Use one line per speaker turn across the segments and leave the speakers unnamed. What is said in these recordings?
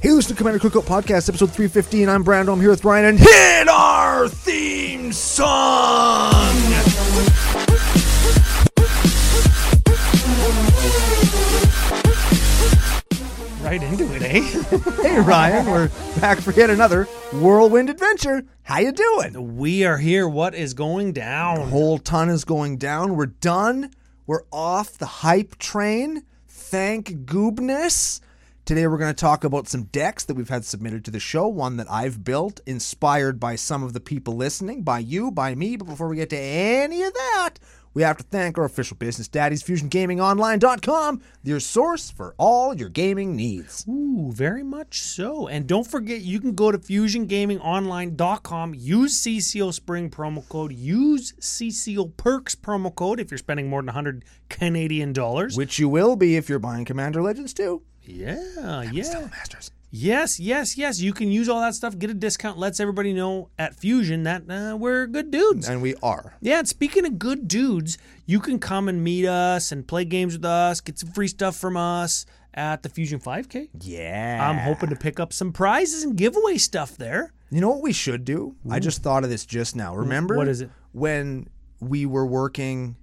Hey, listen to Commander Cookout Podcast, episode 315. I'm Brandon. I'm here with Ryan. And hit our theme song!
Right into it, eh?
Hey, Ryan. We're back for yet another whirlwind adventure. How you doing?
We are here. What is going down?
whole ton is going down. We're done. We're off the hype train. Thank goobness. Today we're going to talk about some decks that we've had submitted to the show, one that I've built, inspired by some of the people listening, by you, by me. But before we get to any of that, we have to thank our official business daddies, FusionGamingOnline.com, your source for all your gaming needs.
Ooh, very much so. And don't forget, you can go to fusiongamingonline.com, use CCO Spring promo code, use CCO Perks promo code if you're spending more than 100 Canadian dollars.
Which you will be if you're buying Commander Legends 2.
Yeah, yeah.
Masters.
Yes, yes, yes. You can use all that stuff, get a discount, lets everybody know at Fusion that uh, we're good dudes.
And we are.
Yeah, and speaking of good dudes, you can come and meet us and play games with us, get some free stuff from us at the Fusion 5K.
Yeah.
I'm hoping to pick up some prizes and giveaway stuff there.
You know what we should do? I just thought of this just now. Remember
what is it?
When we were working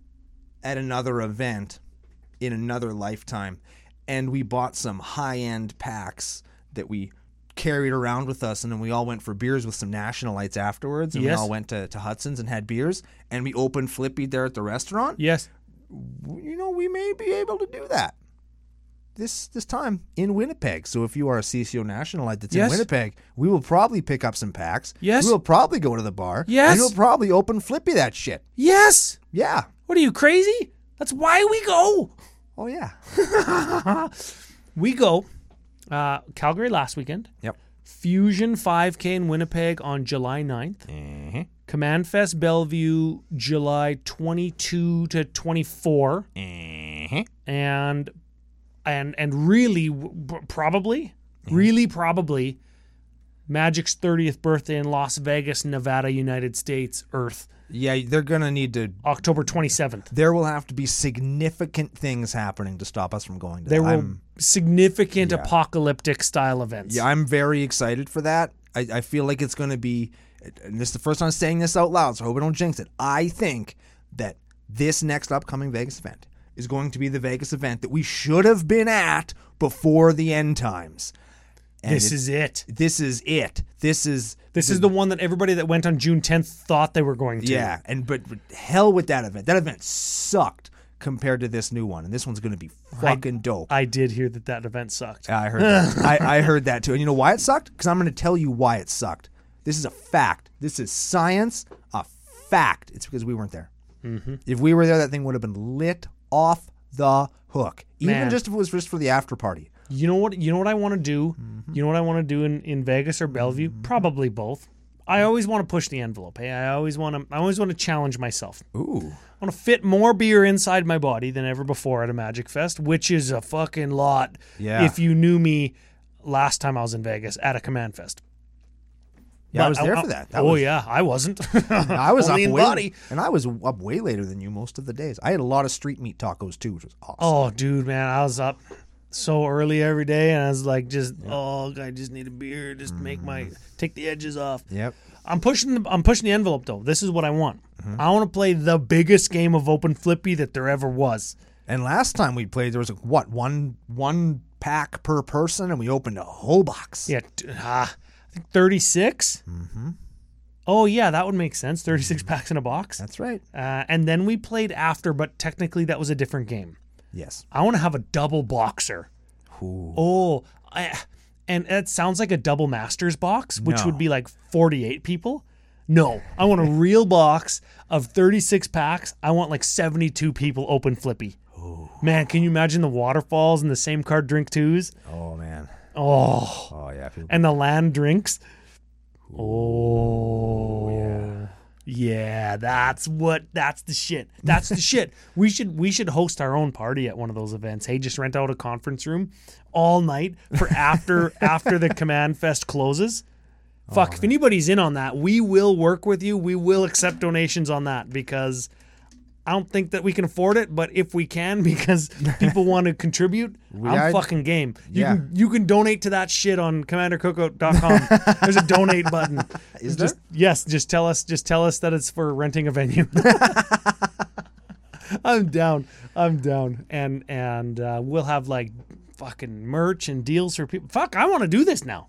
at another event in another lifetime and we bought some high-end packs that we carried around with us and then we all went for beers with some nationalites afterwards and
Yes.
we all went to, to Hudson's and had beers and we opened Flippy there at the restaurant.
Yes.
You know, we may be able to do that. This this time in Winnipeg. So if you are a CCO nationalite that's
Yes.
in Winnipeg, we will probably pick up some packs.
Yes.
We'll probably go to the bar.
Yes.
And we'll probably open Flippy that shit.
Yes.
Yeah.
What are you crazy? That's why we go.
Oh yeah.
We go uh, Calgary last weekend,
Yep.
Fusion 5K in Winnipeg on July 9th,
Mm-hmm.
Command Fest Bellevue July 22 to 24.
Mm-hmm.
and and and really w- b- probably really probably magic's 30th birthday in las vegas nevada united states earth
Yeah, they're gonna need to
october 27th
there will have to be significant things happening to stop us from going to
there
that.
were
I'm-
significant apocalyptic style events
Yeah, I'm very excited for that. I, I feel like it's going to be, and this is the first time saying this out loud, so I hope I don't jinx it. I think that this next upcoming Vegas event is going to be the Vegas event that we should have been at before the end times. And
this
it-
is it
this is it. This is
this is the one that everybody that went on june 10th thought they were going to
yeah. And but, but hell with that event. That event sucked compared to this new one, and this one's going to be fucking dope.
i did hear that that event sucked
Yeah, I heard that. I, I heard that too. And you know why it sucked? Because I'm going to tell you why it sucked. This is a fact. This is science, a fact. It's because we weren't there.
Mm-hmm.
If we were there, that thing would have been lit off the hook. Even
Man.
just if it was just for the after party.
you know what you know what i want to do
Mm-hmm.
you know what i want to do in, in vegas or bellevue probably both i always want to push the envelope hey i always want to i always want to challenge myself
Ooh.
I want to fit more beer inside my body than ever before at a Magic Fest, which is a fucking lot.
Yeah.
If you knew me last time I was in Vegas at a Command Fest.
Yeah, I
But
was there for that. That
oh
was-
yeah, I wasn't.
I was
Only
up
in
way,
body.
and I was up way later than you most of the days. I had a lot of street meat tacos too, which was awesome.
Oh dude, man, I was up so early every day, and I was like, just oh, I just need a beer, just make
Mm.
my take the edges off.
Yep.
I'm pushing the I'm pushing the envelope though. This is what I want. I want to play the biggest game of open flippy that there ever was.
And last time we played, there was like, what one one pack per person, and we opened a whole box.
Yeah, t- ah, I think 36. Mm-hmm. Oh, yeah, that would make sense. 36 packs in a box.
That's right.
Uh, and then we played after, but technically that was a different game.
Yes.
I want to have a double boxer.
Ooh.
Oh, I, and that sounds like a double masters box, which
No.
would be like 48 people. No, I want a real box of 36 packs. I want like 72 people open flippy. Man, can you imagine the waterfalls and the same card drink twos?
Oh man.
Oh.
Oh yeah. people-
and the land drinks. Oh yeah. Yeah, that's what that's the shit. That's the shit. We should we should host our own party at one of those events. Hey, just rent out a conference room all night for after after the command fest closes. Fuck, if anybody's in on that, we will work with you. We will accept donations on that because I don't think that we can afford it, but if we can because people want to contribute, I'm
are-
fucking game. You
Yeah.
can you can donate to that shit on commandercookout.com. There's a donate button.
Is
just yes, just tell us just tell us that it's for renting a venue. I'm down. I'm down. And and uh, we'll have like fucking merch and deals for people. Fuck, I want to do this now.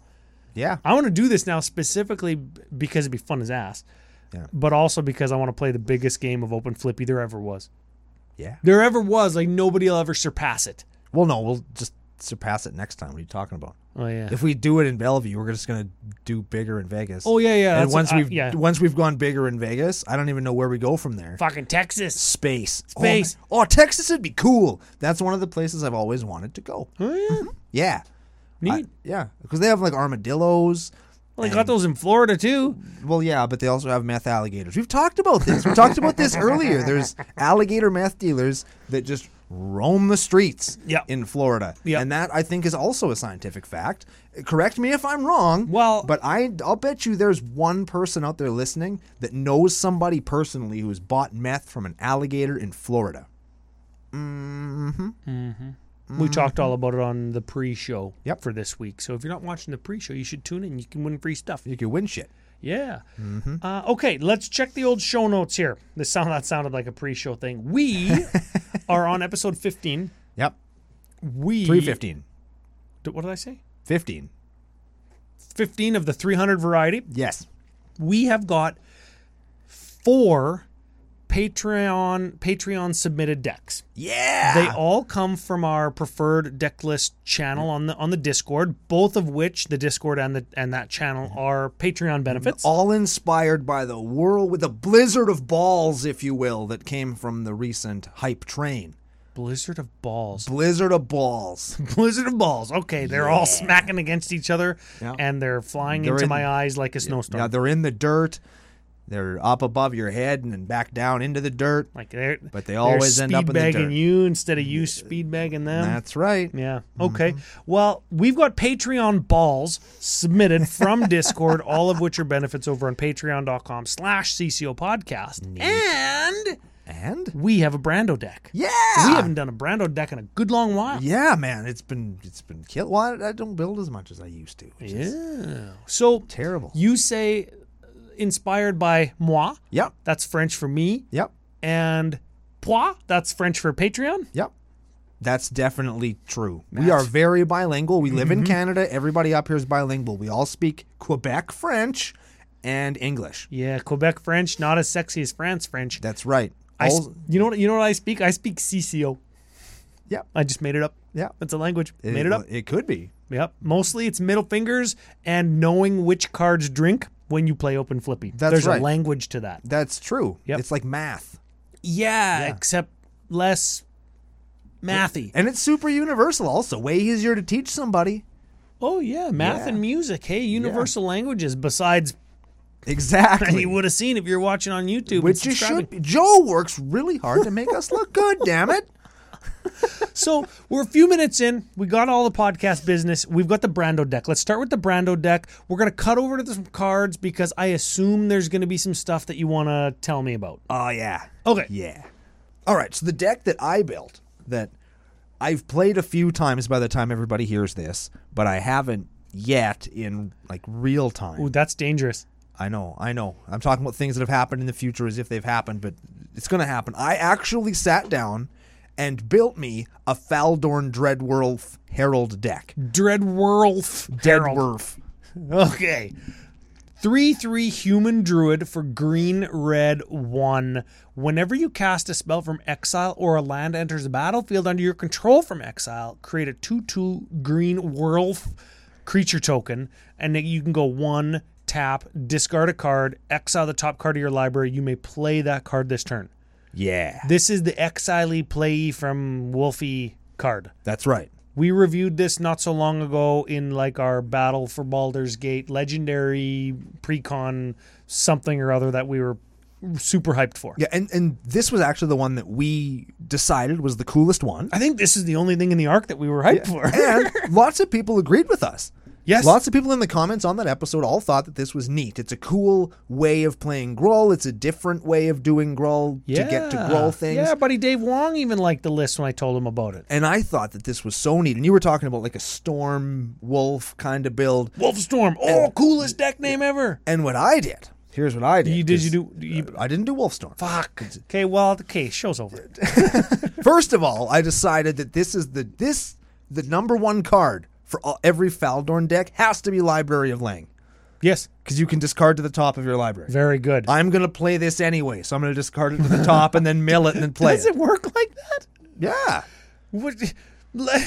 Yeah.
I want to do this now specifically b- because it'd be fun as ass.
Yeah.
But also because I want to play the biggest game of open flippy there ever was.
Yeah.
There ever was. Like nobody'll ever surpass it.
Well, no, we'll just surpass it next time. What are you talking about?
Oh yeah.
If we do it in Bellevue, we're just gonna do bigger in Vegas.
oh yeah, yeah.
And
that's-
once
uh,
we've
yeah.
once we've gone bigger in Vegas, I don't even know where we go from there.
fucking Texas.
Space. Oh,
Space.
man. Oh, Texas would be cool. That's one of the places I've always wanted to go. Mm-hmm.
Oh yeah.
Yeah. I-
Neat.
yeah, because they have like armadillos.
well, they got those in Florida too.
Well, yeah, but they also have meth alligators. We've talked about this. We talked about this earlier. There's alligator meth dealers that just roam the streets
Yeah.
in Florida.
Yeah.
And that I think is also a scientific fact. Correct me if I'm wrong.
Well-
but I I'll bet you there's one person out there listening that knows somebody personally who's bought meth from an alligator in Florida.
We talked all about it on the pre-show
Yep.
for this week. So if you're not watching the pre-show, you should tune in. You can win free stuff.
You could win shit.
Yeah. Uh, okay, let's check the old show notes here. This sound that sounded like a pre-show thing. We are on episode 15.
Yep.
We
315.
D- What did I say?
15.
15 of the 300 variety.
Yes.
We have got four Patreon Patreon submitted decks.
Yeah.
They all come from our preferred deck list channel on the on the Discord, both of which the Discord and the and that channel are Patreon benefits.
Mm-hmm. all inspired by the whirl with a blizzard of balls, if you will, that came from the recent hype train.
Blizzard of balls.
Blizzard of balls.
Blizzard of balls. Okay, they're all smacking against each other,
Yeah.
and they're flying
They're
into
in-
my eyes like a snowstorm.
now they're in the dirt. They're up above your head and then back down into the dirt.
like they're,
But they always
they're
end up in the
speedbagging
dirt.
you instead of you speed bagging them.
That's right.
yeah.
Mm-hmm.
Okay. Well, we've got Patreon balls submitted from Discord, all of which are benefits over on patreon.com slash CCO podcast. And
And
we have a Brando deck.
yeah,
We haven't done a Brando deck in a good long while.
yeah, man, it's been it's been killed. Well, I, I don't build as much as I used to. Which is
Yeah. So
terrible.
you say uh, inspired by moi.
Yep,
That's French for me.
yep,
And poi, that's French for Patreon.
yep. That's definitely true. We are very bilingual. We live in
Mm-hmm.
Canada. Everybody up here is bilingual. We all speak Quebec French and English.
Yeah, Quebec French, not as sexy as France French.
That's right.
I, s-
All-
you know what you know what I speak? I speak CCO.
Yep.
I just made it up.
yeah.
That's a language. made it up.
It could be.
Yep. Mostly it's middle fingers and knowing which cards drink when you play open flippy.
That's
There's
right.
a language to that.
That's true.
Yep.
It's like math.
Yeah, except less mathy.
And it's super universal also. Way easier to teach somebody.
Oh yeah, math
Yeah.
and music. Hey, universal languages besides and
Exactly.
you would have seen if you're watching on YouTube. and
Which you
subscribing.
should be. Joe works really hard to make us look good, damn it.
So we're a few minutes in. We got all the podcast business. We've got the Brando deck. Let's start with the Brando deck. We're gonna cut over to some cards because I assume there's gonna be some stuff that you wanna tell me about.
Oh yeah.
Okay.
Yeah. All right, so the deck that I built that I've played a few times by the time everybody hears this, but I haven't yet in like real time.
Ooh, that's dangerous.
I know, I know. I'm talking about things that have happened in the future as if they've happened, but it's going to happen. I actually sat down and built me a Faldorn Dreadwolf Herald deck.
Dreadwurlf.
Dreadwolf.
Okay. 3 3 human druid for green, red, 1. Whenever you cast a spell from exile or a land enters the battlefield under your control from exile, create a 2 2 green werewolf creature token, and then you can go 1, tap, discard a card, exile the top card of your library. You may play that card this turn.
Yeah.
This is the exile play from Wolfie card.
That's right.
We reviewed this not so long ago in like our battle for Baldur's Gate legendary precon something or other that we were super hyped for.
Yeah, and, and this was actually the one that we decided was the coolest one.
I think this is the only thing in the arc that we were hyped for.
and lots of people agreed with us.
Yes.
Lots of people in the comments on that episode all thought that this was neat. It's a cool way of playing Growl. It's a different way of doing Growl to get to Growl things.
Yeah, buddy Dave Wong even liked the list when I told him about it.
And I thought that this was so neat. And you were talking about like a storm wolf kind of build.
Wolfstorm, oh, coolest deck name ever.
And what I did, here's what I did.
You did you
'cause
do? You,
I didn't do Wolfstorm.
fuck. Okay, well, okay, show's over.
First of all, I decided that this is the this the number one card for all, every Faldorn deck has to be Library of Lang
Yes,
because you can discard to the top of your library.
very good.
I'm gonna play this anyway, so I'm gonna discard it to the top and then mill it and then play
Does
it.
it work like that?
Yeah,
What li-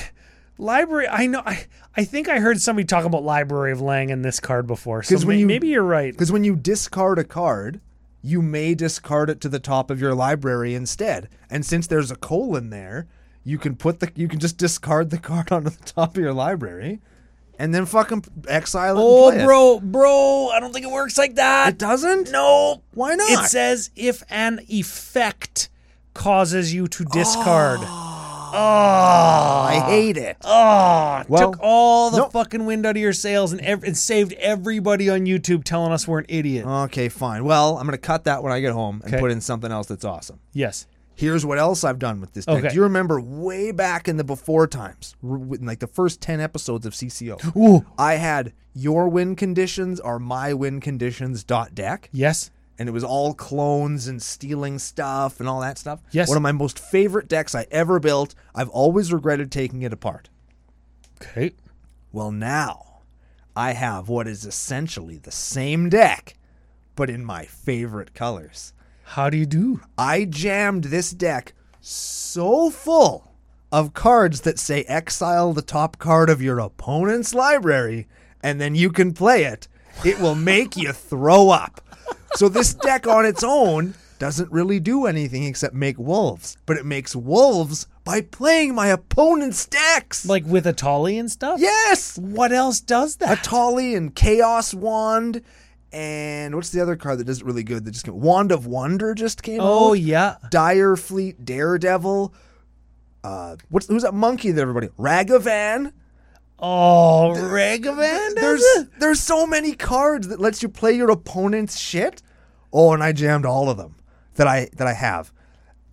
library? I know. I I think I heard somebody talk about Library of Lang in this card before. So
'Cause when
may-
you-
maybe you're right.
because when you discard a card, you may discard it to the top of your library instead. And since there's a colon there, you can put the you can just discard the card onto the top of your library, and then fucking exile it. and play it.
Oh, bro, bro, I don't think it works like that.
it doesn't.
No.
Why not?
It says if an effect causes you to discard.
Ah. I
Oh.
hate it.
Oh,
Well,
took all the
no.
fucking wind out of your sails and, ev- and saved everybody on YouTube telling us we're an idiot.
Okay, fine. Well, I'm gonna cut that when I get home and
Okay.
put in something else that's awesome.
yes.
Here's what else I've done with this deck.
Okay.
Do you remember way back in the before times, r- in like the first ten episodes of CCO?
Ooh.
I had your win conditions are my win conditions dot deck,
Yes.
and it was all clones and stealing stuff and all that stuff.
Yes.
one of my most favorite decks I ever built. I've always regretted taking it apart.
Okay.
Well, now I have what is essentially the same deck, but in my favorite colors.
How do you do?
I jammed this deck so full of cards that say exile the top card of your opponent's library and then you can play it. It will make you throw up. So this deck on its own doesn't really do anything except make wolves, but it makes wolves by playing my opponent's decks.
Like with a tolly and stuff?
yes,
What else does that?
Atali and Chaos Wand and what's the other card that does it really good that just came? Wand of Wonder just came out.
oh, yeah.
Dire Fleet, Daredevil. Uh, what's who's that monkey that everybody? Ragavan.
Oh, Ragavan? does
There's
it?
there's so many cards that lets you play your opponent's shit. Oh, and I jammed all of them that I that I have,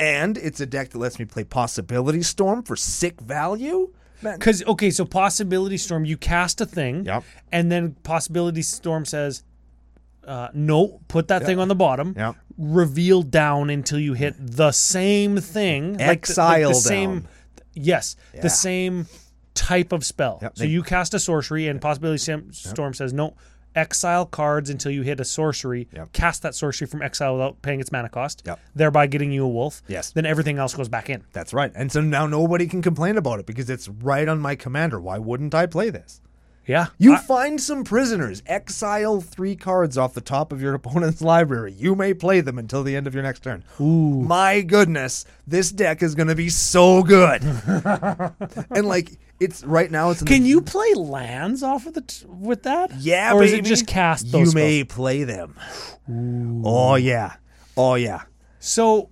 and it's a deck that lets me play Possibility Storm for sick value. Man,
Because okay, so possibility storm, you cast a thing,
Yep.
and then possibility storm says, uh, "No, put that thing on the bottom.
Yep.
Reveal down until you hit the same thing.
Exile down.
Same, yes,
Yeah.
the same type of spell.
Yep,
so
they-
you cast a sorcery, and possibility Sam- storm says, "No, exile cards until you hit a sorcery.
Yep.
Cast that sorcery from exile without paying its mana cost,
Yep.
thereby getting you a wolf.
Yes.
Then everything else goes back in.
that's right. And so now nobody can complain about it because it's right on my commander. Why wouldn't I play this?
Yeah.
You find some prisoners. Exile three cards off the top of your opponent's library. You may play them until the end of your next turn. Ooh. My goodness, this deck is going to be so good. and like, it's right now. It's in
Can
the,
you play lands off of the t- with that?
yeah,
or is it
baby.
just cast
You
those?
may play them. Oh yeah, oh yeah.
spells? So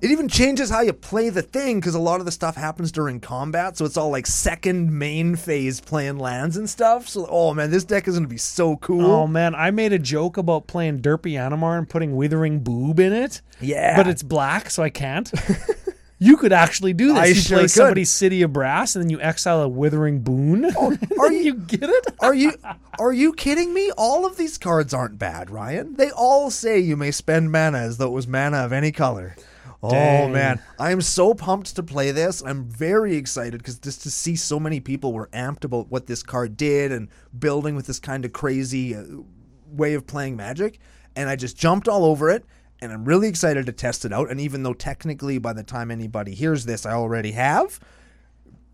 It even changes how you play the thing because a lot of the stuff happens during combat, so it's all like second main phase playing lands and stuff. So, oh man, this deck is going to be so cool.
oh man, I made a joke about playing Derpy Animar and putting Withering Boob in it.
Yeah.
but it's black, so I can't. you could actually do this.
I
you
sure
play
could.
somebody's City of Brass, and then you exile a Withering Boon.
Oh, are
are you get it?
Are you are you kidding me? All of these cards aren't bad, Ryan. They all say you may spend mana as though it was mana of any color. Oh
Dang.
man, I am so pumped to play this. I'm very excited because just to see so many people were amped about what this card did and building with this kind of crazy uh, way of playing Magic, and I just jumped all over it. And I'm really excited to test it out. And even though technically, by the time anybody hears this, I already have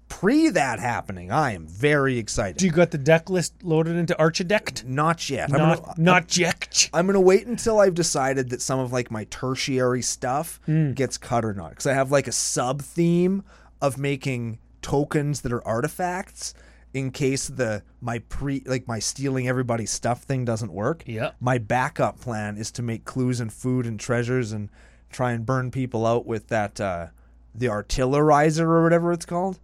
pre that happening, I am very excited.
Do you got the deck list loaded into Archidect?
Not yet. I'm
Not
gonna,
not Jekt.
I'm gonna wait until I've decided that some of like my tertiary stuff
Hmm.
gets cut or not, because I have like a sub theme of making tokens that are artifacts in case the my pre like my stealing everybody's stuff thing doesn't work.
Yep.
My backup plan is to make clues and food and treasures and try and burn people out with that uh the artillerizer or whatever it's called.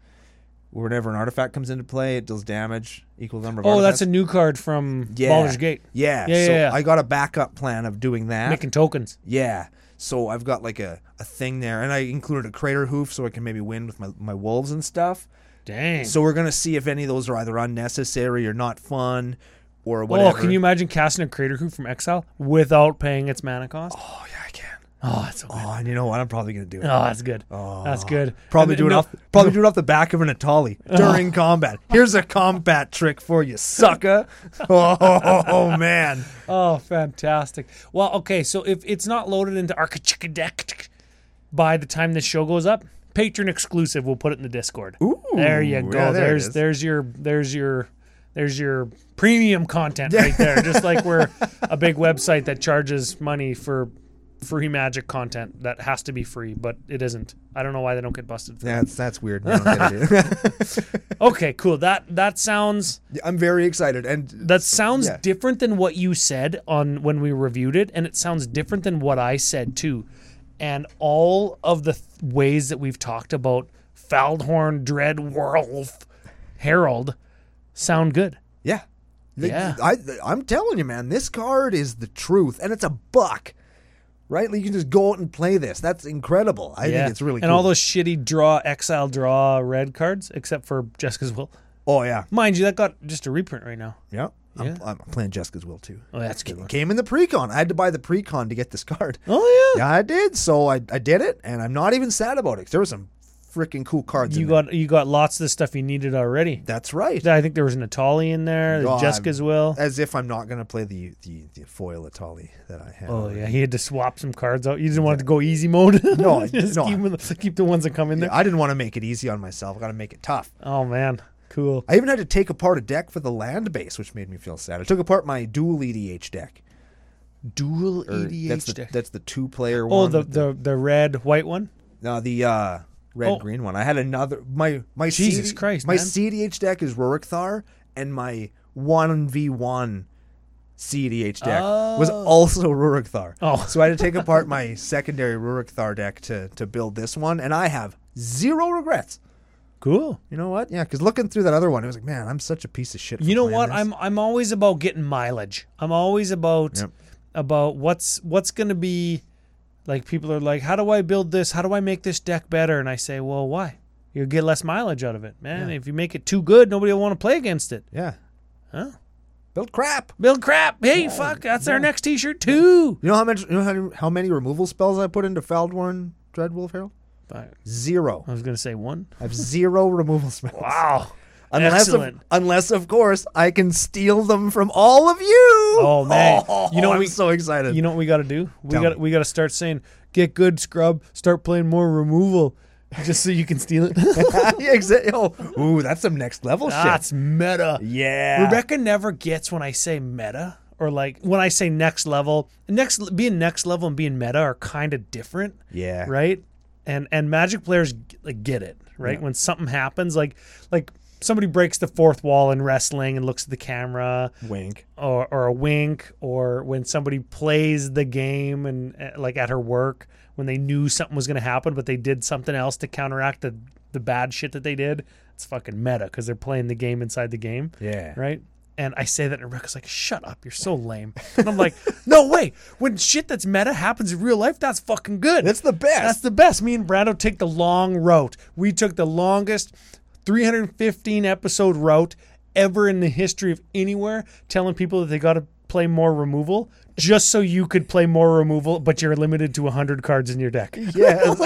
Whenever an artifact comes into play, it deals damage equal number of
Oh,
artifacts.
that's a new card from
yeah.
Baldur's Gate.
Yeah.
Yeah,
so
yeah, yeah.
I got a backup plan of doing that.
Making tokens.
Yeah. So I've got like a, a thing there, and I included a crater hoof so I can maybe win with my, my wolves and stuff.
Dang.
So we're gonna see if any of those are either unnecessary or not fun or
oh,
whatever.
can you imagine casting a Crater Hoop from Exile without paying its mana cost? Oh,
Oh yeah, I can.
that's so good.
Oh, and you know what? I'm probably gonna do it.
Oh, that's good. that's good.
Probably
And
do it
no- Oh.
off. Probably do it off the back of an Atali during combat. Here's a combat trick for you, sucker. Oh, man.
Oh, fantastic. Well, okay, so if it's not loaded into Architect by the time this show goes up, patron exclusive, we'll put it in the Discord.
Ooh,
there you go.
yeah, there it
there's
is.
there's your there's your there's your premium content right there. Just like we're a big website that charges money for free magic content that has to be free, but it isn't. I don't know why they don't get busted for
That's that's weird. I don't get it.
that. Okay, cool. That that sounds
I'm very excited, and
That sounds
Yeah.
different than what you said on when we reviewed it, and it sounds different than what I said too. And all of the th- ways that we've talked about Faldhorn, Dread, Werewolf, Herald sound good.
yeah, The-
Yeah.
I, I'm telling you, man, this card is the truth, and it's a buck, right? Like, you can just go out and play this. That's incredible. I think it's really
and
cool.
all those shitty draw exile draw red cards, except for Jessica's Will.
oh yeah,
Mind you, that got just a reprint right now.
yeah. I'm,
Yeah.
I'm playing Jessica's Will too.
Oh, that's a good.
It
One.
came in the pre-con. I had to buy the pre-con to get this card.
Oh
Yeah, I did. So I, I did it, and I'm not even sad about it. 'cause There were some freaking cool cards.
you
in there.
got you got lots of the stuff you needed already.
That's right.
I think there was an Atali in there,
God.
Jessica's Will.
As if I'm not going to play the, the the foil Atali that I have.
Oh yeah, he had to swap some cards out. You didn't want it to go easy mode.
No,
just
no.
Keep, them- keep the ones that come in there.
I didn't want to make it easy on myself. I got to make it tough.
Oh man, cool.
I even had to take apart a deck for the land base, which made me feel sad. I took apart my dual EDH deck. E
Dual E
Or Er, that's the, That's the two-player one.
Oh, the, the the red white one.
No, the uh, red
Oh.
green one. I had another. My my
Jesus
CD
Christ,
My
man.
CDH deck is Rorikthar, and my one v one CDH deck was
Oh.
also Rorikthar.
Oh.
so I had to take apart my secondary Rorikthar deck to to build this one, and I have zero regrets.
Cool.
You know what? Yeah, because looking through that other one, it was like, man, I'm such a piece of shit. for
You know
playing
what?
this.
I'm I'm always about getting mileage. I'm always about
Yep.
about what's what's gonna be. Like people are like, how do I build this? How do I make this deck better? And I say, well, why? You'll get less mileage out of it, man. If you make it too good, nobody will want to play against it.
yeah,
Huh?
build crap.
Build crap. Hey, fuck. That's our next T-shirt too.
You know how much? You know how, how many removal spells I put into Faldorn Dreadwolf Herald?
But
Zero.
I was gonna say one.
I have zero removal spells.
Wow.
Unless, of,
Excellent.
unless of course I can steal them from all of you.
Oh, man. You know,
I'm
we-
so excited.
you know what we got to do? We
Tell
got
me.
we got to start saying, "Get good, scrub. Start playing more removal, just so you can steal it."
Yeah, exa- oh, ooh, that's some next level shit.
That's meta.
Yeah,
Rebecca never gets when I say meta or like when I say next level. Next being next level and being meta are kind of different.
Yeah,
right? And and Magic players g- like get it, right? When something happens, like like somebody breaks the fourth wall in wrestling and looks at the camera,
Wink.
or, or a wink or when somebody plays the game and uh, like at her work when they knew something was going to happen but they did something else to counteract the the bad shit that they did it's fucking meta because they're playing the game inside the game
Yeah.
right and I say that, and Rebecca's like, "Shut up, you're so lame." And I'm like, "No way! When shit that's meta happens in real life, that's fucking good.
That's the best.
That's the best. Me and Brando take the long route. We took the longest 315 episode route ever in the history of anywhere, telling people that they got to play more removal just so you could play more removal, but you're limited to 100 cards in your deck.
Yes.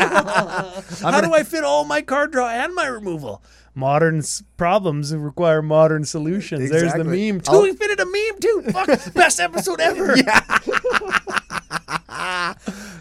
How do I fit all my card draw and my removal? Modern s- problems require modern solutions. There's
Exactly.
the meme. 2
I'll-
we Oh. fitted a meme too. Fuck, best episode ever.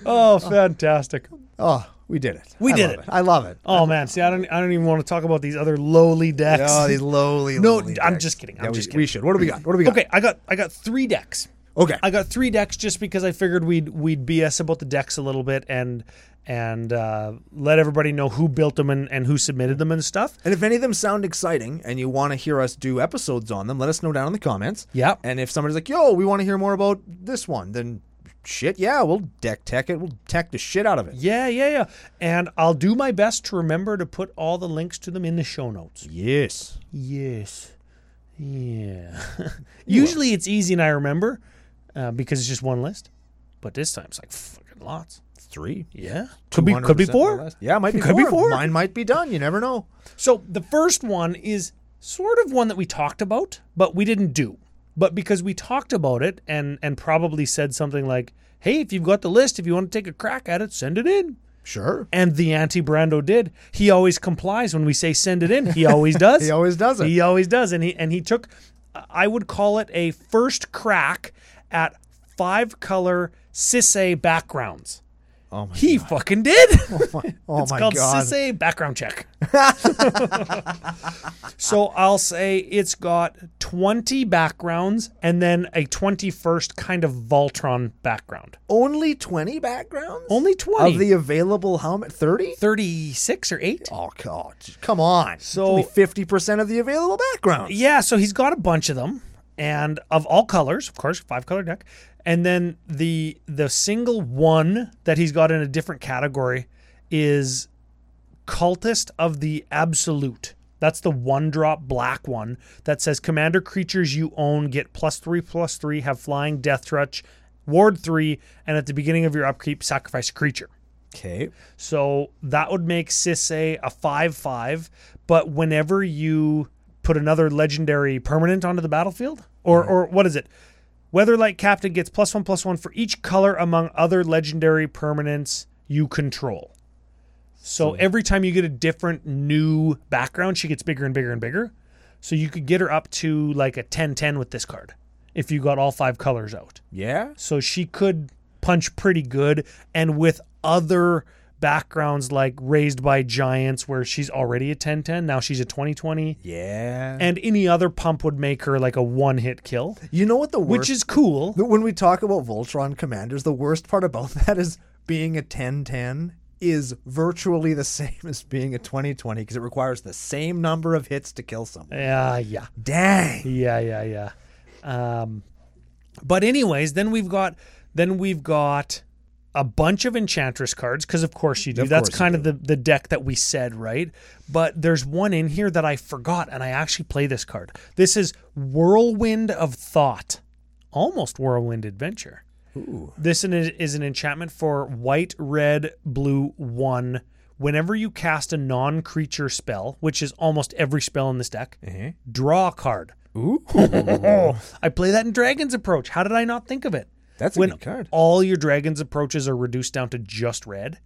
oh, fantastic.
oh, we did it.
We
I
did
love
it.
I love it.
Oh man, see, I don't, I don't even want to talk about these other lowly decks.
Oh, these lowly.
no,
lowly
I'm
decks.
just kidding. I'm
Yeah, we,
just
we
kidding.
should. What do we got? What do we got?
Okay, I got, I got three decks.
Okay.
I got three decks just because I figured we'd we'd BS about the decks a little bit and and uh, let everybody know who built them and, and who submitted them and stuff.
And if any of them sound exciting and you want to hear us do episodes on them, let us know down in the comments.
Yep.
And if somebody's like, yo, we want to hear more about this one, then shit, yeah, we'll deck tech it. We'll tech the shit out of it.
Yeah, yeah, yeah. And I'll do my best to remember to put all the links to them in the show notes.
Yes.
Yes. Yeah. Usually it's easy and I remember uh, because it's just one list. But this time it's like fucking lots.
Three.
Yeah. Could be could be
200% or
four.
less. Yeah, it might be
Could be
four.
four.
Mine might be done. You never know.
So the first one is sort of one that we talked about, but we didn't do. But because we talked about it and and probably said something like, "Hey, if you've got the list, if you want to take a crack at it, send it in."
Sure.
And the anti Brando did. He always complies when we say send it in. He always does.
He always does it.
He always does. And he and he took I would call it a first crack at five color sisse backgrounds.
Oh my.
He fucking did.
Oh
it's
my
called
god.
CISA background check. so I'll say it's got 20 backgrounds and then a 21st kind of Voltron background.
Only twenty backgrounds.
Only 20.
of the available how many? Thirty.
36 or 8?
Oh god. Come on.
So-
fifty percent of the available backgrounds.
Yeah, so he's got a bunch of them and of all colors, of course, five color deck. And then the the single one that he's got in a different category is Cultist of the Absolute. That's the one drop black one that says commander creatures you own get plus three plus three, have flying death touch, ward three, and at the beginning of your upkeep, sacrifice a creature.
Okay.
So that would make Sisse a 5 5. But whenever you put another legendary permanent onto the battlefield, or, or what is it? Weatherlight Captain gets plus one plus one for each color among other legendary permanents you control. So every time you get a different new background, she gets bigger and bigger and bigger. So you could get her up to like a 10 10 with this card if you got all five colors out
Yeah.
so she could punch pretty good and with other backgrounds like raised by giants where she's already a 1010 now she's a 2020
Yeah.
and any other pump would make her like a one hit kill
you know what the worst
which is cool
But when we talk about Voltron commanders, the worst part about that is being a 1010 is virtually the same as being a 2020 because it requires the same number of hits to kill someone.
yeah yeah
Dang.
yeah yeah yeah um but anyways then we've got then we've got a bunch of enchantress cards because of course you do
Of
that's
course you
kind of the, the deck that we said right but there's one in here that i forgot and i actually play this card this is whirlwind of thought almost whirlwind adventure this an- is an enchantment for white, red, blue, one. Whenever you cast a non creature spell, which is almost every spell in this deck, draw a card.
Ooh.
I play that in Dragon's Approach. How did I not think of it?
That's a
when
good card.
all your Dragon's Approaches are reduced down to just red.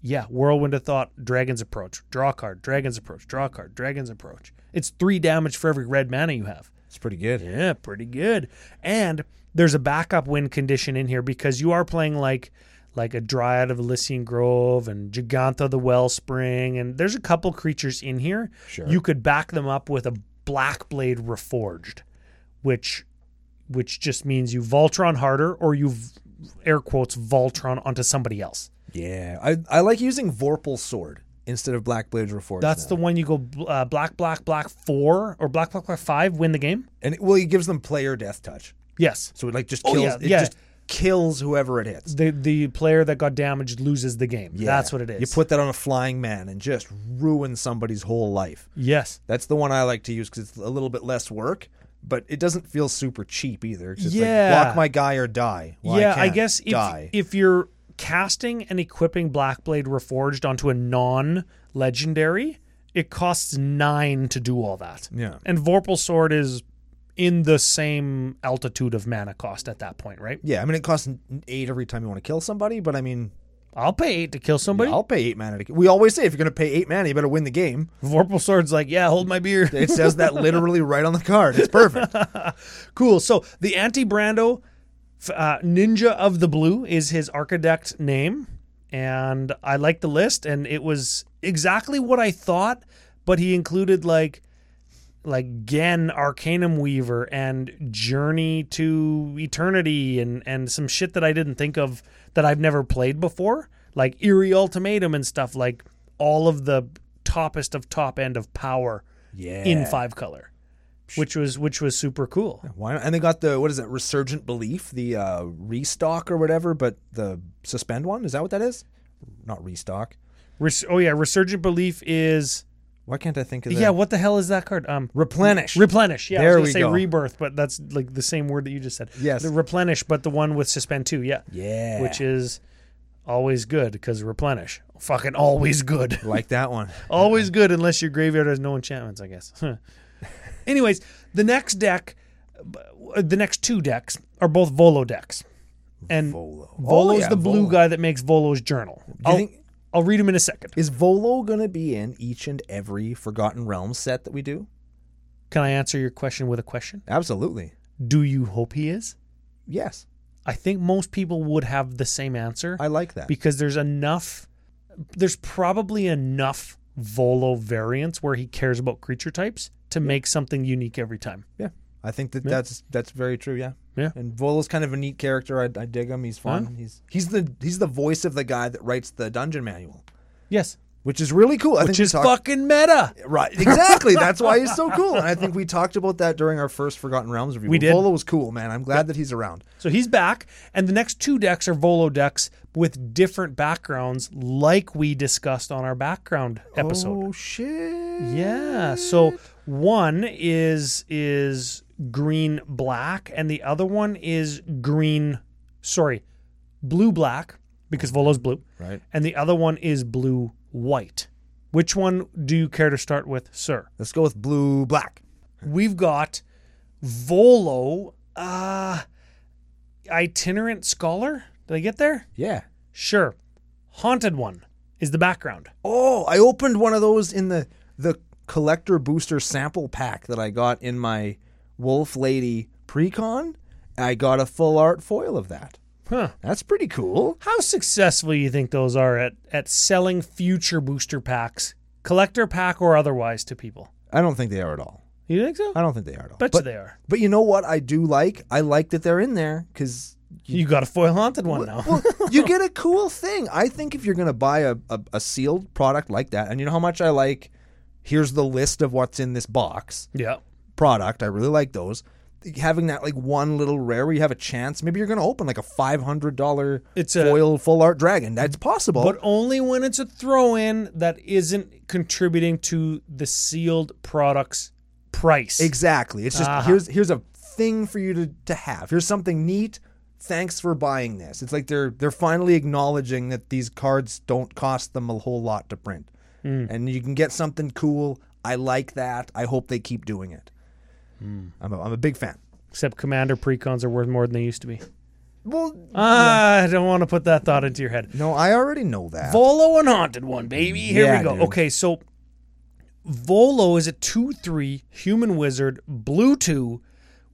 Yeah, Whirlwind of Thought, Dragon's Approach, draw a card, Dragon's Approach, draw a card, Dragon's Approach. It's three damage for every red mana you have.
It's pretty good.
Yeah, pretty good. And there's a backup win condition in here because you are playing like like a Dryad of Elysian Grove and Giganta the Wellspring, and there's a couple creatures in here.
Sure.
You could back them up with a Blackblade Reforged, which which just means you Voltron harder or you v- air quotes Voltron onto somebody else.
Yeah. I, I like using Vorpal Sword instead of Black Blades Reforged.
That's
now.
the one you go bl- uh, black black black four or black black black five win the game.
And it, well, it gives them player death touch.
Yes.
So it like just
Oh,
kills
yeah,
it
yeah.
just kills whoever it hits.
The the player that got damaged loses the game.
Yeah.
That's what it is.
You put that on a flying man and just ruin somebody's whole life.
Yes.
That's the one I like to use because it's a little bit less work, but it doesn't feel super cheap either. 'cause It's
Yeah.
like, block my guy or die. Well,
yeah, I,
can't
guess if
die.
if you're casting and equipping Blackblade Reforged onto a non-legendary, it costs nine to do all that.
Yeah.
And Vorpal Sword is in the same altitude of mana cost at that point, right?
yeah, I mean it costs an eight every time you want to kill somebody, but I mean
I'll pay eight to kill somebody.
I'll pay eight mana. To, ki- we always say if you're going to pay eight mana, you better win the game.
Vorpal Sword's like, yeah, hold my beer.
It says that literally right on the card. It's perfect.
cool. So the anti Brando f- uh, Ninja of the Blue is his architect name, and I like the list, and it was exactly what I thought. But he included like like Gen Arcanum Weaver and Journey to Eternity and and some shit that I didn't think of that I've never played before, like Eerie Ultimatum and stuff like all of the toppest of top end of power
Yeah,
in five color. which was which was super cool.
Why not? And they got the what is it? Resurgent Belief, the uh, restock or whatever, but the suspend one is that what that is? Not restock.
Res- oh yeah, Resurgent Belief is
Why can't I think of that?
yeah. What the hell is that card? Um,
replenish.
replenish. Yeah,
There
I was gonna
we
say
go.
rebirth, but that's like the same word that you just said.
Yes.
the replenish, but the one with suspend two. Yeah,
yeah,
which is always good because replenish, fucking always good.
like that one.
Always good unless your graveyard has no enchantments, I guess. Anyways, the next deck, uh, the next two decks are both Volo decks, and
Volo.
Volo's
Oh, yeah,
the blue
Volo. Oh.
guy that makes Volo's journal.
Do you
I'll,
think-
I'll read him in a second.
Is Volo gonna be in each and every Forgotten Realms set that we do?
Can I answer your question with a question?
Absolutely.
Do you hope he is?
Yes,
I think most people would have the same answer
I like that.
because there's enough. There's probably enough Volo variants where he cares about creature types to make something unique every time.
yeah, I think that that's that's very true. Yeah.
Yeah.
And Volo's kind of a neat character. I, I dig him. He's fun.
Huh?
He's he's the he's the voice of the guy that writes the dungeon manual,
Yes.
which is really cool. I think
Which
we
is
talked-
fucking meta.
Right, exactly. That's why he's so cool. And I think we talked about that during our first Forgotten Realms review.
We did.
Volo was cool, man. I'm glad that he's around.
So he's back, and the next two decks are Volo decks with different backgrounds, like we discussed on our background episode.
Oh shit!
Yeah. So one is is green black, and the other one is green. Sorry, blue black because Volo's blue,
Right.
and the other one is blue white. Which one do you care to start with, sir?
Let's go with blue black.
we've got Volo, uh, itinerant scholar. Did I get there?
Yeah.
Sure. Haunted one is the background.
Oh, I opened one of those in the the collector booster sample pack that I got in my Wolf Lady precon. I got a full art foil of that.
Huh.
That's pretty cool.
How successful you think those are at at selling future booster packs, collector pack or otherwise, to people?
I don't think they are at all.
You think so?
I don't think they are at all.
Bet you
Um, but,
they are.
but you know what I do like? I like that they're in there because
You got a foil haunted one now.
well, you get a cool thing. I think if you're going to buy a, a, a sealed product like that, and you know how much I like, here's the list of what's in this box
yeah.
product. I really like those. Having that like one little rare where you have a chance, maybe you're going to open like a five hundred dollar
It's a-
foil full art dragon. That's possible.
But only when it's a throw in that isn't contributing to the sealed product's price.
exactly, it's just
Uh-huh.
here's here's a thing for you to to have. Here's something neat. Thanks for buying this. It's like they're they're finally acknowledging that these cards don't cost them a whole lot to print,
Hmm.
and you can get something cool. I like that. I hope they keep doing it.
Hmm.
I'm a, I'm a big fan.
Except commander precons are worth more than they used to be.
Well,
Ah, I don't want to put that thought into your head.
no, I already know that.
Volo and Haunted One, baby. Here
Yeah,
we go.
dude.
Okay, so Volo is a 2 3 human wizard, blue 2.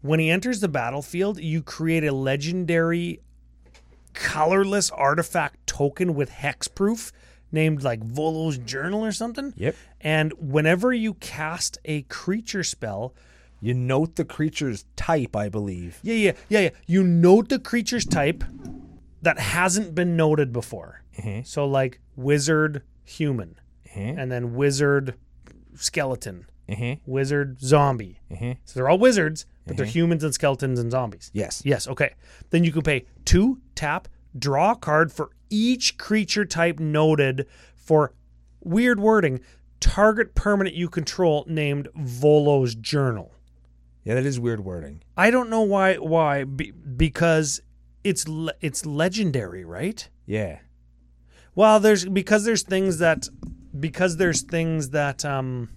When he enters the battlefield, you create a legendary colorless artifact token with hexproof named like Volo's Journal or something.
Yep.
And whenever you cast a creature spell,
You note the creature's type, I believe.
Yeah, yeah, yeah, yeah. You note the creature's type that hasn't been noted before.
Mm-hmm.
So like wizard human, and then wizard skeleton, wizard zombie. So they're all wizards, but they're humans and skeletons and zombies.
Yes.
Yes, okay. Then you can pay two, tap, draw a card for each creature type noted for weird wording, target permanent you control named Volo's Journal.
Yeah, that is weird wording.
I don't know why why be, because it's le- it's legendary, right?
Yeah.
Well, there's because there's things that because there's things that um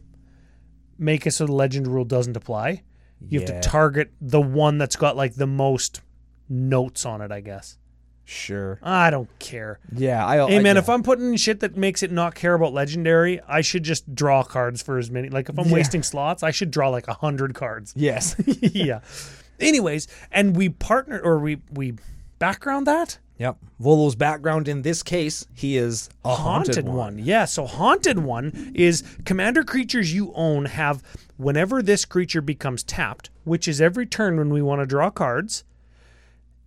make it so the legend rule doesn't apply. You
Yeah.
have to target the one that's got like the most notes on it, I guess.
Sure.
I don't care.
Yeah, I.
Hey
I,
man,
yeah.
if I'm putting in shit that makes it not care about legendary, I should just draw cards for as many. Like if I'm
Yeah.
wasting slots, I should draw like a hundred cards.
Yes.
yeah. Anyways, and we partner or we we background that
yep. Volo's background in this case, he is a haunted,
haunted, one. Yeah, so haunted one is commander creatures you own have whenever this creature becomes tapped, which is every turn when we want to draw cards.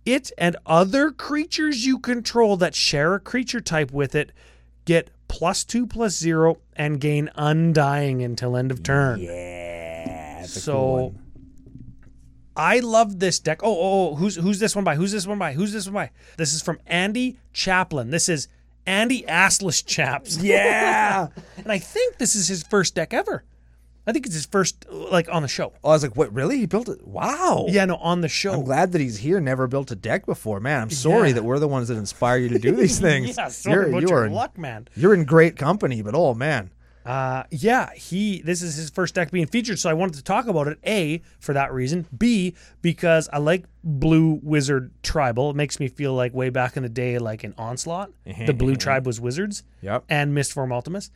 It and other creatures you control that share a creature type with it get plus two plus zero and gain undying until end of turn.
Yeah. That's a
so
cool one.
I love this deck. Oh, oh, oh, who's who's this one by? Who's this one by? Who's this one by? This is from Andy Chaplin. This is Andy Assless Chaps.
Yeah.
And I think this is his first deck ever. I think it's his first like on the show.
oh, I was like, what? Really? He built it? Wow.
Yeah, no, on the show.
I'm glad that he's here. Never built a deck before, man. I'm sorry
Yeah.
that we're the ones that inspire you to do these things.
Yeah, sorry about
you
your
are in,
luck, man.
You're in great company, but oh man,
Uh, yeah, he. This is his first deck being featured, so I wanted to talk about it. A for that reason. B because I like blue wizard tribal. It makes me feel like way back in the day, like in onslaught, the blue tribe was wizards.
Yep.
And Mistform Ultimus,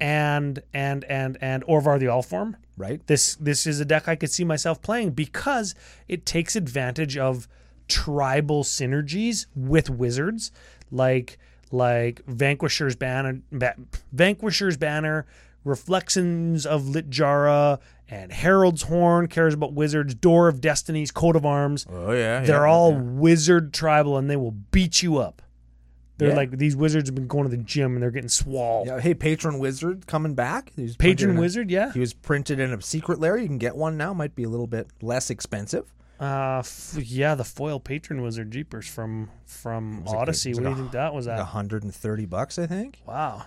and and and and Orvar the Allform.
right?
This this is a deck I could see myself playing because it takes advantage of tribal synergies with wizards like like Vanquisher's Banner ba- Vanquisher's Banner, Reflections of Litjara and Herald's Horn cares about wizards, Door of Destinies, Coat of Arms.
Oh yeah,
They're all wizard tribal and they will beat you up. They're
Yeah.
like these wizards have been going to the gym and they're getting swallowed.
Yeah, hey, patron wizard coming back. He was printed in
Patron
a-
wizard, yeah.
He was printed in a secret lair. You can get one now. Might be a little bit less expensive.
Uh, f- yeah, the foil patron wizard jeepers from from
like a-
Odyssey.
it was
what
like
do
a-
you think that was at?
Like 130 bucks, I think.
Wow.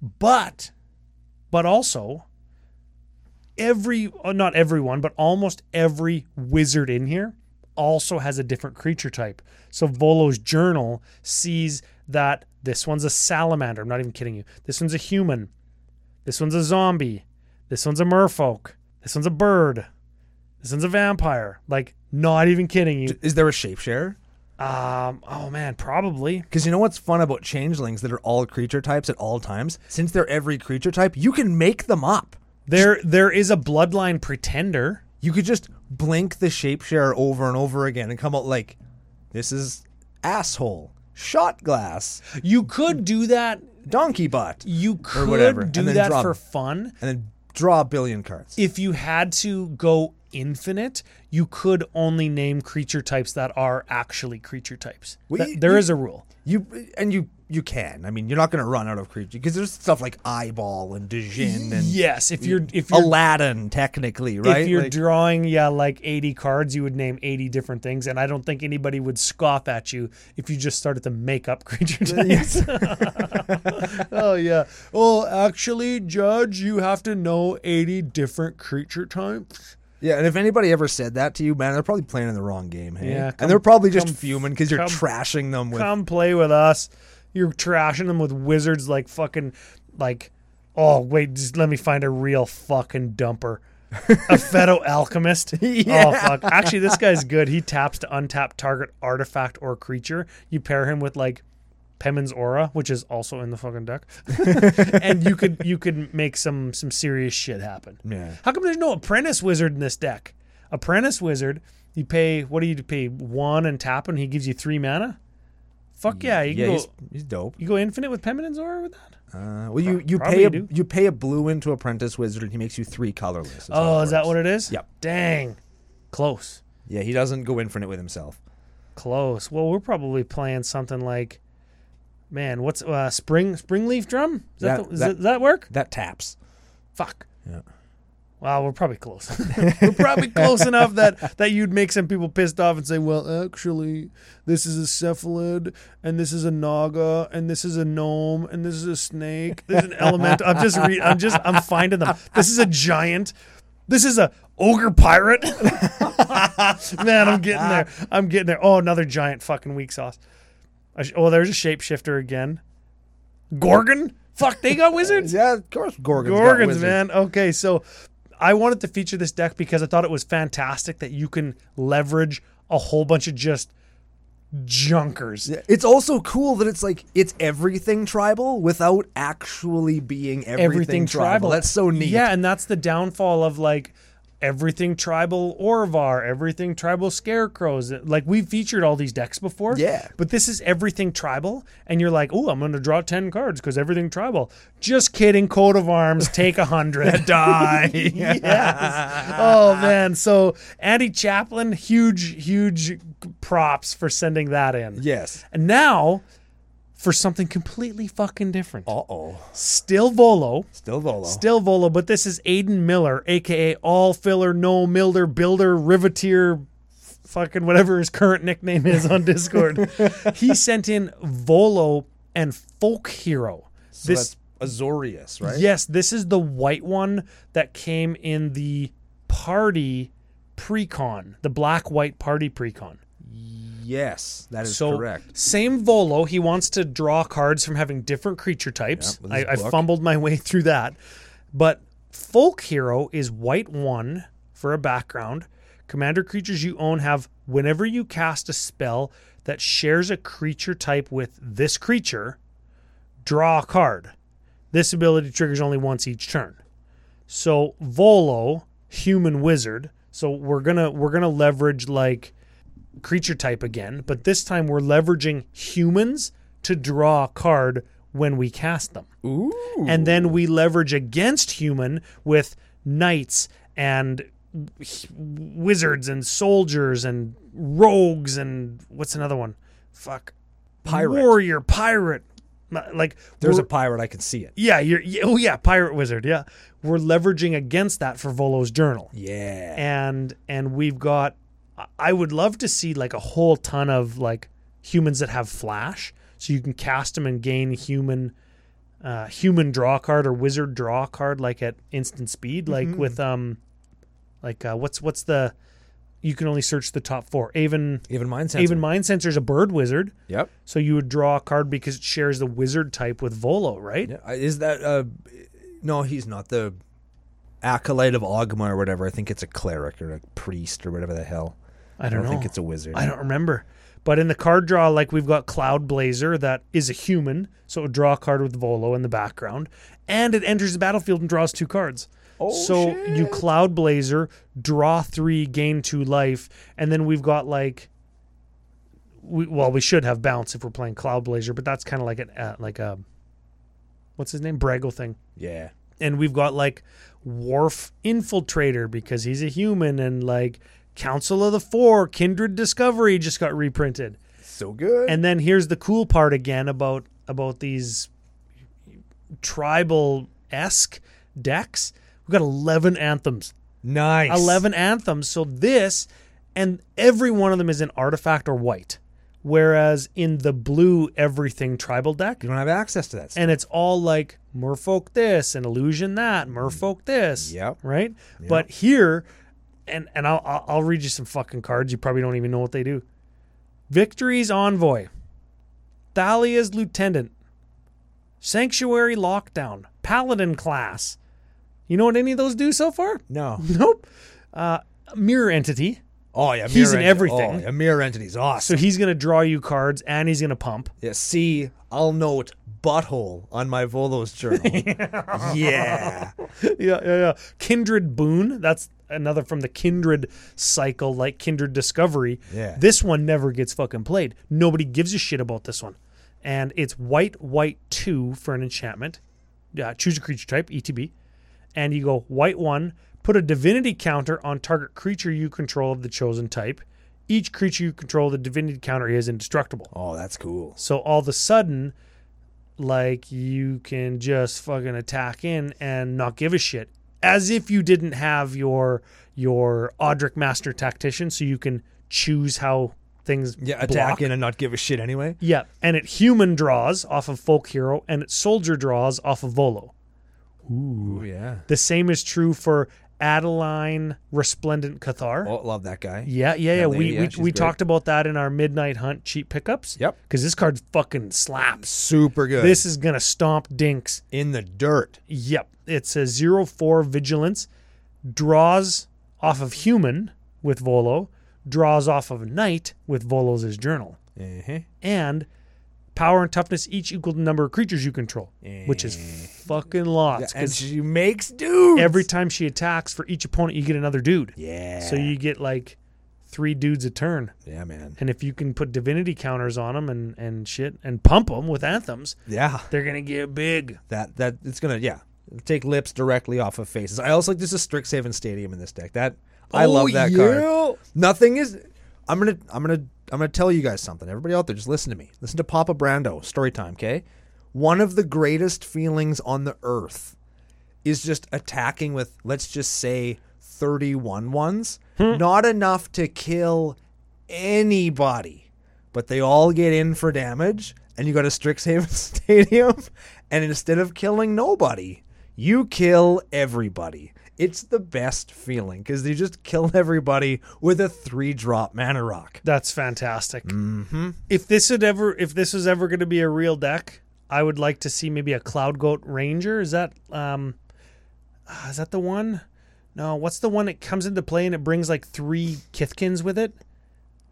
But, but also, every uh, not everyone, but almost every wizard in here also has a different creature type. So Volo's journal sees that this one's a salamander. I'm not even kidding you. This one's a human. This one's a zombie. This one's a merfolk. This one's a bird. This one's a vampire. Like, not even kidding you.
Is there a shapeshare?
Um, oh man, probably.
Because you know what's fun about changelings that are all creature types at all times? Since they're every creature type, you can make them up.
There there is a bloodline pretender.
You could just blink the shapeshare over and over again and come out like, this is asshole, shot glass,
You could do that.
donkey butt, and
You
whatever,
could
and
do
then
that
draw
for
them.
fun.
then draw a billion cards.
If you had to go infinite, you could only name creature types that are actually creature types.
Well,
Th-
you-
there
you-
is a rule.
You and you you can. I mean, you're not going to run out of creatures because there's stuff like eyeball and Dijin and
Yes, if you're if you're
Aladdin, technically, right?
if you're
Like,
drawing yeah like 80 cards, you would name 80 different things and I don't think anybody would scoff at you if you just started to make up creature types. oh yeah. Well, actually, judge, you have to know 80 different creature types.
yeah, and if anybody ever said that to you, man, they're probably playing in the wrong game. Hey?
Yeah, come-
and they're probably just
come-
fuming because you're
come-
trashing them with
come play with us. You're trashing them with wizards like fucking like oh wait, just let me find a real fucking dumper. a Feto alchemist. Oh fuck. Actually this guy's good. He taps to untap target artifact or creature. You pair him with like Pemin's aura, which is also in the fucking deck. and you could you could make some some serious shit happen.
Yeah.
How come there's no apprentice wizard in this deck? Apprentice wizard, you pay what do you pay? One and tap and he gives you three mana? Fuck yeah, you
yeah,
can
he's,
go
he's dope.
you go infinite with Peminen's aura with that?
Uh, well, you you
probably
pay a
do.
you pay a blue into apprentice wizard, and he makes you three colorless. is how
Oh,
it
is that
works.
what it is?
Yep.
Dang. Close.
Yeah, he doesn't go infinite with himself.
Close. Well, we're probably playing something like man, what's uh spring spring leaf drum? Is that,
That-
the, is
that-
that, does that work?
That taps.
Fuck.
Yeah.
Wow, we're probably close. we're probably close enough that that you'd make some people pissed off and say, "Well, actually, this is a cephalid, and this is a naga, and this is a gnome, and this is a snake. There's an element." I'm just, re- I'm just, I'm finding them. This is a giant. This is a ogre pirate. Man, I'm getting there. I'm getting there. Oh, another giant fucking weak sauce. I sh- oh, there's a shapeshifter again. Gorgon. Fuck, they got wizards.
Yeah, of course, Gorgon's, got
Gorgons,
wizards.
man. Okay, so I wanted to feature this deck because I thought it was fantastic that you can leverage a whole bunch of just junkers.
Yeah, It's also cool that it's like it's everything tribal without actually being everything, tribal. That's so neat.
Yeah, and that's the downfall of like everything tribal Orvar, everything tribal scarecrows. Like we've featured all these decks before.
Yeah.
But this is everything tribal, and you're like, oh, I'm gonna draw ten cards because everything tribal. Just kidding, coat of arms, take a hundred.
Die.
yes. Oh man. So Andy Chaplin, huge, huge props for sending that in.
yes.
And now, for something completely fucking different.
Uh oh.
Still Volo.
Still Volo.
Still Volo, but this is Aiden Miller, aka All Filler, No Milder, Builder, Riveteer, f- fucking whatever his current nickname is on Discord. he sent in Volo and Folk Hero.
So
this
that's Azorius, right?
yes, this is the white one that came in the party precon, the black white party precon.
Yes, that is
So
correct.
same Volo, he wants to draw cards from having different creature types.
Yeah, with his
I, I
book.
fumbled my way through that, but Folk Hero is white one for a background. Commander creatures you own have whenever you cast a spell that shares a creature type with this creature, draw a card. This ability triggers only once each turn. So Volo, human wizard. So we're gonna we're gonna leverage like creature type again, but this time we're leveraging humans to draw a card when we cast them.
Ooh.
And then we leverage against human with knights and w- wizards and soldiers and rogues and what's another one? Fuck.
Pirate.
Warrior, pirate. Like
There's
we're-
a pirate. I can see it.
yeah, you're yeah, oh yeah, pirate wizard, yeah. We're leveraging against that for Volo's journal
Yeah.
and and we've got I- I would love to see like a whole ton of like humans that have flash so you can cast them and gain human uh human draw card or wizard draw card like at instant speed like with um like uh what's what's the you can only search the top 4 Avon
Even mind sensor.
Avon mind sensor's a bird wizard
Yep.
so you would draw a card because it shares the wizard type with Volo right
Yeah. Uh, Is that uh? No, he's not the acolyte of Ogma or whatever. I think it's a cleric or a priest or whatever the hell.
I don't know
think it's a wizard.
I don't remember. But in the card draw, like we've got Cloud Blazer that is a human, so it would draw a card with Volo in the background, and it enters the battlefield and draws two cards.
Oh,
so you Cloud Blazer, draw three, gain two life, and then we've got like, we, well, we should have bounce if we're playing Cloud Blazer, but that's kind of like an uh, like a, what's his name, Braggle thing
Yeah.
and we've got like Worf Infiltrator because he's a human, and like Council of the Four, Kindred Discovery just got reprinted.
So good.
And then here's the cool part again about about these tribal esque decks. We've got eleven anthems.
nice.
11 anthems. So this, and every one of them is an artifact or white. Whereas in the blue, everything tribal deck,
You don't have access to that. Stuff.
and it's all like merfolk this and illusion that merfolk this
Mm. Yep.
right but here and and I'll, I'll i'll read you some fucking cards you probably don't even know what they do victory's envoy thalia's lieutenant sanctuary lockdown paladin class you know what any of those do so far
no.
nope uh mirror entity
Oh yeah.
He's
mirror
in
enti-
everything.
Oh, yeah, mirror entity's awesome.
so he's gonna draw you cards and he's gonna pump
Yeah, see, I'll note butthole on my Volos journal. yeah.
yeah, yeah, yeah. Kindred Boon. That's another from the Kindred cycle, like Kindred Discovery.
Yeah.
This one never gets fucking played. Nobody gives a shit about this one. And it's white, white two for an enchantment. Yeah, choose a creature type, ETB. And you go white one, put a divinity counter on target creature you control of the chosen type. Each creature you control, the divinity counter is indestructible.
Oh, that's cool.
So all of a sudden, like you can just fucking attack in and not give a shit, as if you didn't have your your Audric Master Tactician, so you can choose how things
Yeah,
block.
attack in and not give a shit anyway.
Yeah, and it human draws off of Folk Hero, and it soldier draws off of Volo.
Ooh, yeah.
The same is true for Adeline Resplendent Cathar.
Oh, love that guy.
Yeah, yeah, yeah.
lady,
We
yeah,
we,
she's
we
great.
talked about that in our Midnight Hunt cheap pickups.
Yep.
because this card fucking slaps.
Super good.
This is gonna stomp dinks.
in the dirt.
Yep. It's a zero four vigilance. Draws off of human with Volo, draws off of knight with Volo's his journal.
Uh-huh.
And power and toughness each equal the number of creatures you control. Which is
Eh.
fucking lots.
And
'cause
she makes dudes.
every time she attacks for each opponent you get another dude.
yeah.
So you get like three dudes a turn.
yeah, man.
And if you can put divinity counters on them and, and shit and pump them with anthems,
Yeah.
they're gonna get big.
That that it's gonna yeah take lips directly off of faces. I also like there's a Strixhaven Stadium in this deck. That I
Oh,
love that
yeah.
card. Nothing is. I'm gonna I'm gonna I'm gonna tell you guys something. Everybody out there, just listen to me. Listen to Papa Brando. Story time, okay? One of the greatest feelings on the earth is just attacking with let's just say 31 ones.
Hmm.
Not enough to kill anybody, but they all get in for damage. And you go to Strixhaven Stadium, and instead of killing nobody, you kill everybody. It's the best feeling because you just kill everybody with a three drop mana rock.
That's fantastic.
Mm-hmm.
If this had ever, if this was ever going to be a real deck, I would like to see maybe a Cloud Goat Ranger. Is that, um, ah, is that the one? No, what's the one that comes into play and it brings like three Kithkins with it?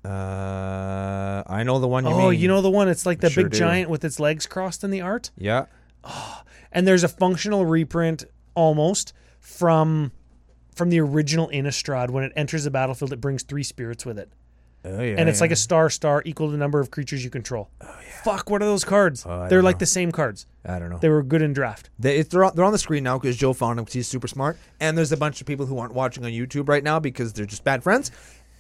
Uh, I know the one you mean.
oh, you know the one. It's like the
Sure
big
do.
giant with its legs crossed in the art.
Yeah.
and there's a functional reprint almost from from the original Innistrad. When it enters the battlefield, it brings three spirits with it,
Oh, yeah.
and it's like a star star equal to the number of creatures you control. Oh, yeah. Fuck, what are those cards?
Oh, I
They're
don't
like the same cards.
I don't know.
They were good in draft.
They, it's, they're, on, they're on the screen now because Joe found them because he's super smart. And there's a bunch of people who aren't watching on YouTube right now because they're just bad friends.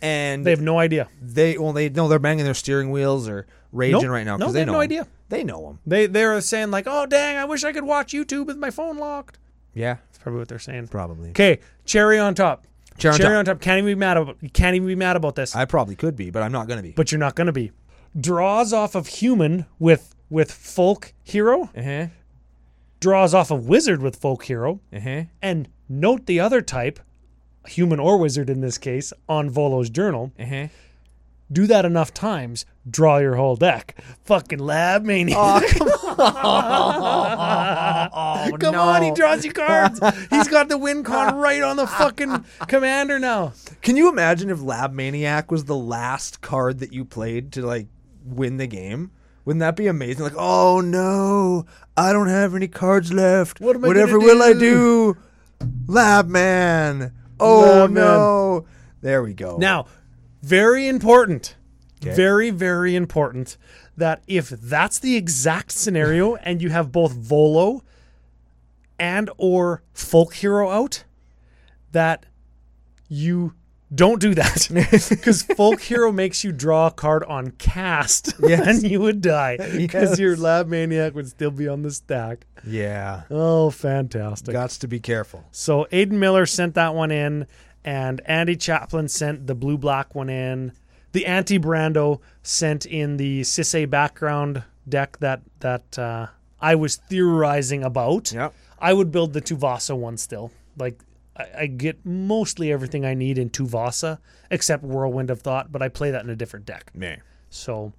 And
They have no idea.
they well they no they're banging their steering wheels or raging right now
No,
because
they
they,
have
know
no
'em.
idea.
They know them.
They they're saying like, oh dang, I wish I could watch YouTube with my phone locked.
Yeah,
That's probably what they're saying.
probably.
Okay, cherry on top.
Cherry on top.
on top. Can't even be mad about. Can't even be mad about this.
I probably could be, but I'm not gonna be.
but you're not going to be. Draws off of human with with folk hero,
uh-huh.
draws off of wizard with folk hero,
Uh-huh.
and note the other type, human or wizard in this case, on Volo's journal.
Uh-huh.
Do that enough times, draw your whole deck. Fucking lab maniac.
Oh,
Come on, he draws you cards. He's got the win con right on the fucking commander now.
Can you imagine if Lab Maniac was the last card that you played to like win the game? Wouldn't that be amazing? Like, oh no, I don't have any cards left.
What am I
Whatever
gonna
will I do? Lab Man. Oh
Lab Man.
no. There we go.
Now, very important, very, very important that if that's the exact scenario and you have both Volo and or folk hero out, that you don't do that because folk hero makes you draw a card on cast
Yes.
and you would die because
Yes.
your lab maniac would still be on the stack.
yeah,
Oh, fantastic.
gots to be careful.
So Aiden Miller sent that one in, and Andy Chaplin sent the blue black one in. The anti Brando sent in the Sisse background deck that that uh, I was theorizing about.
Yep.
I would build the Tuvasa one still. Like I, I get mostly everything I need in Tuvasa except Whirlwind of Thought, but I play that in a different deck.
Man.
So,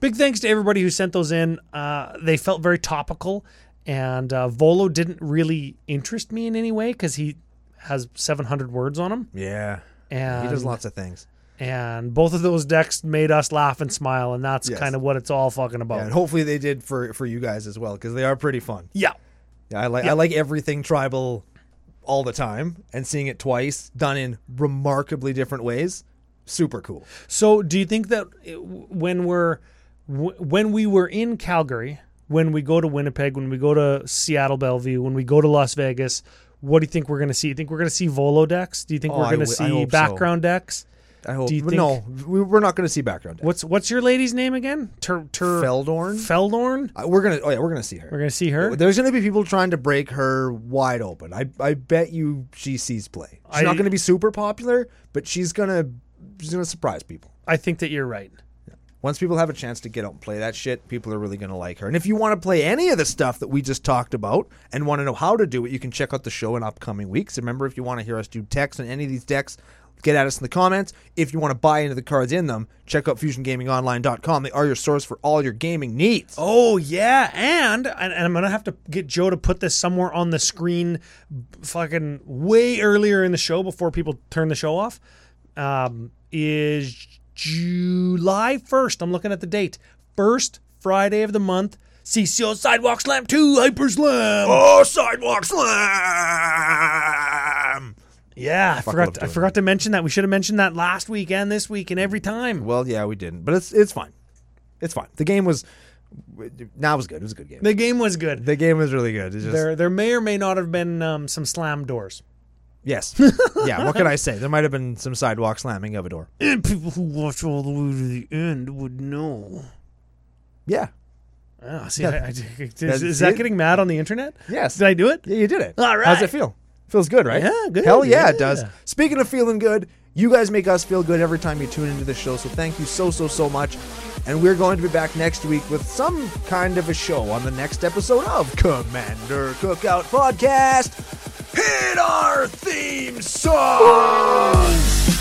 big thanks to everybody who sent those in. Uh, they felt very topical, and uh, Volo didn't really interest me in any way because he has 700 words on him,
Yeah.
and
He does lots of things.
and both of those decks made us laugh and smile, and that's
Yes.
kind of what it's all fucking about.
And hopefully they did for for you guys as well because they are pretty fun.
yeah.
Yeah, I like I like everything tribal all the time and seeing it twice done in remarkably different ways. Super cool.
So, do you think that uh, w- when we're w- when we were in Calgary, when we go to Winnipeg, when we go to Seattle Bellevue, when we go to Las Vegas, what do you think we're going to see? You think we're going to see Volo decks? Do you think
Oh,
we're
I
going to
w- I
see
hope so.
background decks?
I hope.
Do you
but
think-
no, we, we're not going to see background.
What's what's your lady's name again? Ter, ter
Feldorn.
Feldorn?
Uh, we're gonna. Oh yeah, we're gonna see her.
We're going to see her.
There's gonna be people trying to break her wide open. I I bet you she sees play. She's
I-
not gonna be super popular, but she's gonna she's gonna surprise people.
I think that you're right.
Once people have a chance to get out and play that shit, people are really going to like her. And if you want to play any of the stuff that we just talked about and want to know how to do it, you can check out the show in upcoming weeks. Remember, if you want to hear us do decks on any of these decks, get at us in the comments. If you want to buy into the cards in them, check out fusiongamingonline.com. They are your source for all your gaming needs.
Oh yeah, and and, and I'm gonna have to get Joe to put this somewhere on the screen, b- fucking way earlier in the show before people turn the show off. Um, is July 1st? I'm looking at the date. First Friday of the month. CCO Sidewalk Slam 2 Hyper Slam.
Oh, Sidewalk Slam!
yeah, I
love
forgot. I
doing
forgot to mention that. We should have mentioned that last week and this week and every time.
Well, yeah, we didn't, but it's it's fine. It's fine. The game was. Now it was good. It was a good game.
The game was good.
The game was really good. It's just,
There, there may or may not have been um, some slam doors.
Yes. yeah. What can I say? There might have been some sidewalk slamming of a door.
And people who watch all the way to the end would know.
Yeah.
Ah, see,
Yeah.
I- I- is,
That's
is that
it.
getting mad on the internet?
Yes.
Did I do it?
Yeah, you did it.
All
How's it
right.
feel? Feels good, right?
Yeah, good,
Hell yeah, it
yeah.
does. Speaking of feeling good, you guys make us feel good every time you tune into the show. So thank you so, so, so much. And we're going to be back next week with some kind of a show on the next episode of Commander Cookout Podcast. Hit our theme song!